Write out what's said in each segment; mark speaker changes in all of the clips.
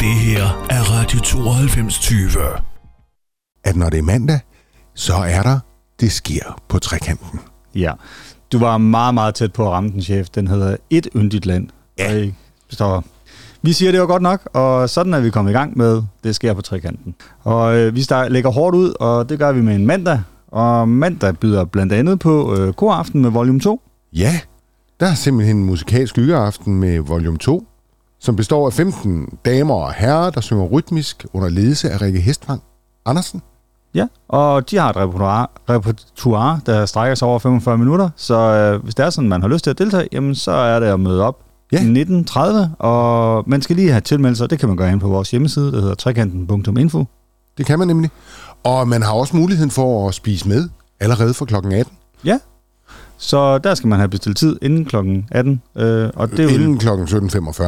Speaker 1: Det her er Radio 9220.
Speaker 2: at når det er mandag, så er der Det sker på trekanten.
Speaker 3: Ja. Du var meget, meget tæt på at ramme den, chef. Den hedder Et yndigt land.
Speaker 2: Ja.
Speaker 3: Og I består. Vi siger, det var godt nok, og sådan er vi kommet i gang med Det sker på trekanten. Og øh, vi start, lægger hårdt ud, og det gør vi med en mandag. Og mandag byder blandt andet på øh, koraften med volume 2.
Speaker 2: Ja, der er simpelthen en musikalsk skyggeaften med volume 2, som består af 15 damer og herrer, der synger rytmisk under ledelse af Rikke Hestvang Andersen.
Speaker 3: Ja, og de har et repertoire, repertoire der strækker sig over 45 minutter, så øh, hvis det er sådan, man har lyst til at deltage, jamen så er det at møde op
Speaker 2: Ja.
Speaker 3: ja. 19.30, og man skal lige have tilmeldelser, det kan man gøre ind på vores hjemmeside, der hedder trekanten.info.
Speaker 2: Det kan man nemlig. Og man har også muligheden for at spise med allerede fra klokken 18.
Speaker 3: Ja, så der skal man have bestilt tid inden kl. 18, øh, og det er jo
Speaker 2: Inden klokken 17.45.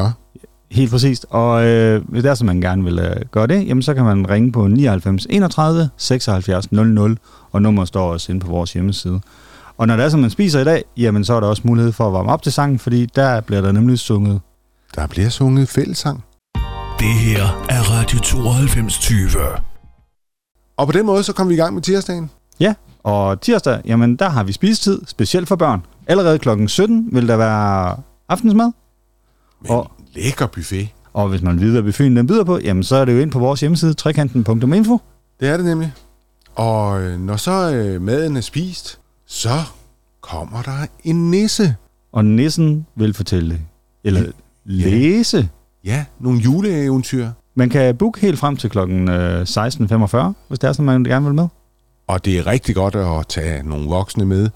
Speaker 3: helt præcist. Og øh, hvis det er, som man gerne vil øh, gøre det, jamen så kan man ringe på 99 31 76 00, og nummeret står også inde på vores hjemmeside. Og når det er, som man spiser i dag, jamen så er der også mulighed for at varme op til sangen, fordi der bliver der nemlig sunget.
Speaker 2: Der bliver sunget fællesang.
Speaker 1: Det her er Radio 9220.
Speaker 2: Og på den måde, så kom vi i gang med tirsdagen.
Speaker 3: Ja, og tirsdag, jamen der har vi spisetid, specielt for børn. Allerede kl. 17 vil der være aftensmad, Og-
Speaker 2: lækker buffet.
Speaker 3: og hvis man vil vide, hvad buffeten den byder på, jamen så er det jo ind på vores hjemmeside, trekanten.info.
Speaker 2: Det er det nemlig. Og øh, når så øh, maden er spist, så kommer der en nisse.
Speaker 3: Og nissen vil fortælle, eller læse.
Speaker 2: Ja, nogle juleeventyr.
Speaker 3: Man kan booke helt frem til kl. 16.45, hvis det er, som man gerne vil med.
Speaker 2: Og det er rigtig godt at tage nogle voksne med,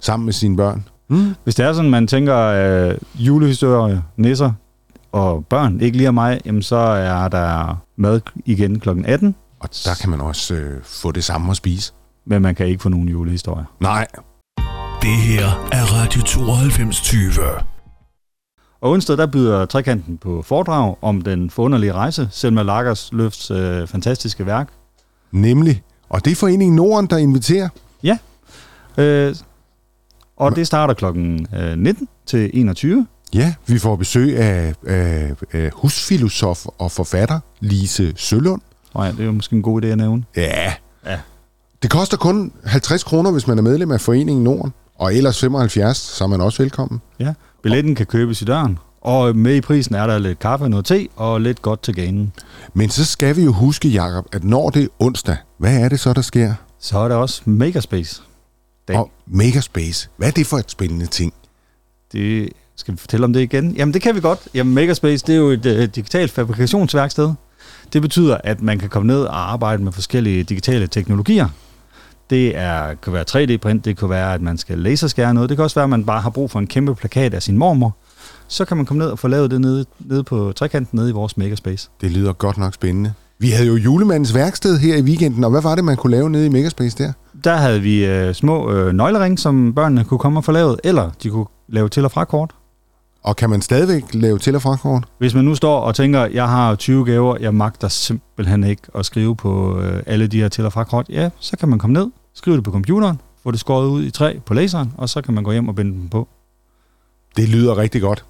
Speaker 2: sammen med sine børn. Mm.
Speaker 3: Hvis det er sådan, man tænker øh, julehistorie, nisser og børn, ikke lige af mig, jamen så er der mad igen kl. 18,
Speaker 2: Og der kan man også øh, få det samme at spise.
Speaker 3: men man kan ikke få nogen julehistorier.
Speaker 2: Nej,
Speaker 1: Det her er Radio 9220.
Speaker 3: Og onsdag der byder trekanten på foredrag om den forunderlige rejse, Selma Lagers løfts øh, fantastiske værk.
Speaker 2: nemlig. Og det er Foreningen Norden, der inviterer.
Speaker 3: Øh, og det starter klokken øh, 19 til 21.
Speaker 2: Ja, vi får besøg af, af, af husfilosof og forfatter Lise Sølund.
Speaker 3: Og ja, det er jo måske en god idé at nævne.
Speaker 2: Ja.
Speaker 3: Ja.
Speaker 2: Det koster kun 50 kroner, hvis man er medlem af Foreningen Norden. Og ellers 75, så er man også velkommen.
Speaker 3: Ja, billetten kan købes i døren. Og med i prisen er der lidt kaffe, noget te og lidt godt til ganen.
Speaker 2: Men så skal vi jo huske, Jakob, at når det er onsdag, hvad er det så, der sker?
Speaker 3: Så er der også Makerspace. Dag.
Speaker 2: Og Makerspace, hvad er det for et spændende ting?
Speaker 3: Det skal vi fortælle om det igen? Jamen, det kan vi godt. Jamen, Makerspace, det er jo et øh, digitalt fabrikationsværksted. Det betyder, at man kan komme ned og arbejde med forskellige digitale teknologier. Det er, kan være 3D-print, det kan være, at man skal laserskære noget. Det kan også være, at man bare har brug for en kæmpe plakat af sin mormor. Så kan man komme ned og få lavet det nede, nede på trekanten nede i vores Makerspace.
Speaker 2: Det lyder godt nok spændende. Vi havde jo julemandens værksted her i weekenden, og hvad var det, man kunne lave nede i Makerspace der?
Speaker 3: Der havde vi øh, små øh, nøglering, som børnene kunne komme og få lavet, eller de kunne lave til- og frakort.
Speaker 2: Og kan man stadigvæk lave til- og frakort?
Speaker 3: Hvis man nu står og tænker, jeg har 20 gaver, jeg magter simpelthen ikke at skrive på øh, alle de her til- og frakort, ja, så kan man komme ned, skrive det på computeren, få det skåret ud i træ på laseren, og så kan man gå hjem og binde dem på.
Speaker 2: Det lyder rigtig godt.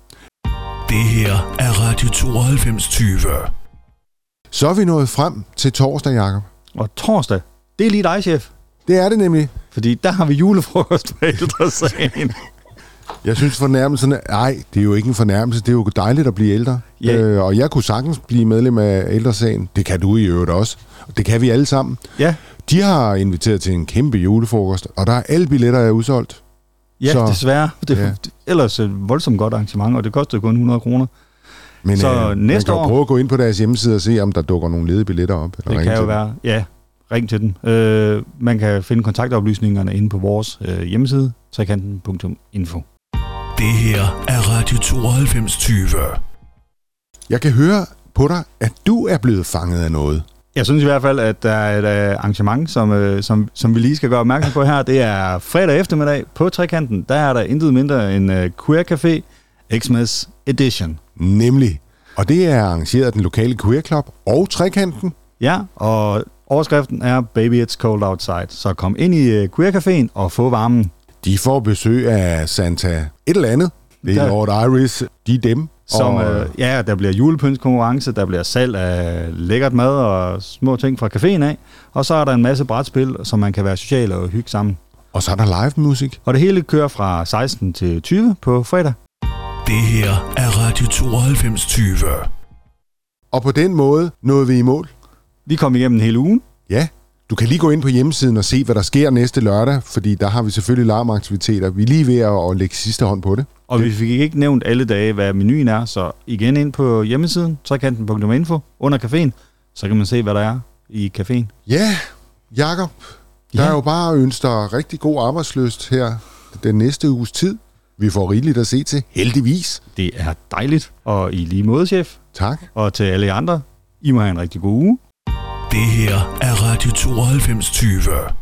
Speaker 1: Det her er Radio 9220.
Speaker 2: Så er vi nået frem til torsdag, Jakob.
Speaker 3: Og torsdag, det er lige dig, chef,
Speaker 2: Det er det nemlig.
Speaker 3: fordi der har vi julefrokost på ældresagen.
Speaker 2: Jeg synes fornærmelsen er... Nej, det er jo ikke en fornærmelse. Det er jo dejligt at blive ældre.
Speaker 3: Ja.
Speaker 2: Øh, og jeg kunne sagtens blive medlem af ældresagen. Det kan du i øvrigt også. Det kan vi alle sammen.
Speaker 3: ja,
Speaker 2: De har inviteret til en kæmpe julefrokost, og der er alle billetter er udsolgt.
Speaker 3: ja
Speaker 2: Så-
Speaker 3: så, desværre. Det er
Speaker 2: ja.
Speaker 3: ja. ellers et voldsomt godt arrangement, og det kostede kun 100 kroner.
Speaker 2: Men øh,
Speaker 3: Så
Speaker 2: man
Speaker 3: næste
Speaker 2: kan jo
Speaker 3: år-
Speaker 2: prøve at gå ind på deres hjemmeside og se, om der dukker nogle ledige billetter op. Eller
Speaker 3: Det
Speaker 2: ringe
Speaker 3: kan
Speaker 2: til
Speaker 3: jo
Speaker 2: dem.
Speaker 3: være, ja, ring til den. Øh, man kan finde kontaktoplysningerne inde på vores øh, hjemmeside, trekanten.info.
Speaker 1: Det her er Radio 9220.
Speaker 2: Jeg kan høre på dig, at du er blevet fanget af noget.
Speaker 3: Jeg synes i hvert fald, at der er et øh, arrangement, som, øh, som, som vi lige skal gøre opmærksom på her. Det er fredag eftermiddag på Trekanten. Der er der intet mindre end øh, Queer Café Xmas Edition.
Speaker 2: Nemlig. Og det er arrangeret af den lokale queer club og trekanten.
Speaker 3: Ja, og overskriften er Baby It's Cold Outside. Så kom ind i øh, Queer Caféen og få varmen.
Speaker 2: De får besøg af Santa et eller andet. Det er
Speaker 3: Der-
Speaker 2: Lord Iris, de er dem.
Speaker 3: Som,
Speaker 2: og,
Speaker 3: øh, ja, der bliver julepynskonkurrence, der bliver salg af lækkert mad og små ting fra caféen af. Og så er der en masse brætspil, som man kan være social og hygge sammen.
Speaker 2: og så er der live musik.
Speaker 3: Og det hele kører fra 16 til 20 på fredag.
Speaker 1: Det her er Radio 92 20.
Speaker 2: Og på den måde nåede vi i mål.
Speaker 3: Vi kom igennem hele ugen.
Speaker 2: Ja, du kan lige gå ind på hjemmesiden og se, hvad der sker næste lørdag, fordi der har vi selvfølgelig larmaktiviteter. Vi er lige ved at, at lægge sidste hånd på det.
Speaker 3: Og vi fik ikke nævnt alle dage, hvad menuen er, så igen ind på hjemmesiden, trekanten.info, under caféen, så kan man se, hvad der er i caféen.
Speaker 2: Ja, Jakob, der
Speaker 3: Ja.
Speaker 2: er jo bare at ønske dig rigtig god arbejdsløst her den næste uges tid. Vi får rigeligt at se til, heldigvis.
Speaker 3: Det er dejligt, og i lige måde, chef,
Speaker 2: Tak.
Speaker 3: og til alle jer andre, I må have en rigtig god uge.
Speaker 1: Det her er Radio 92 20.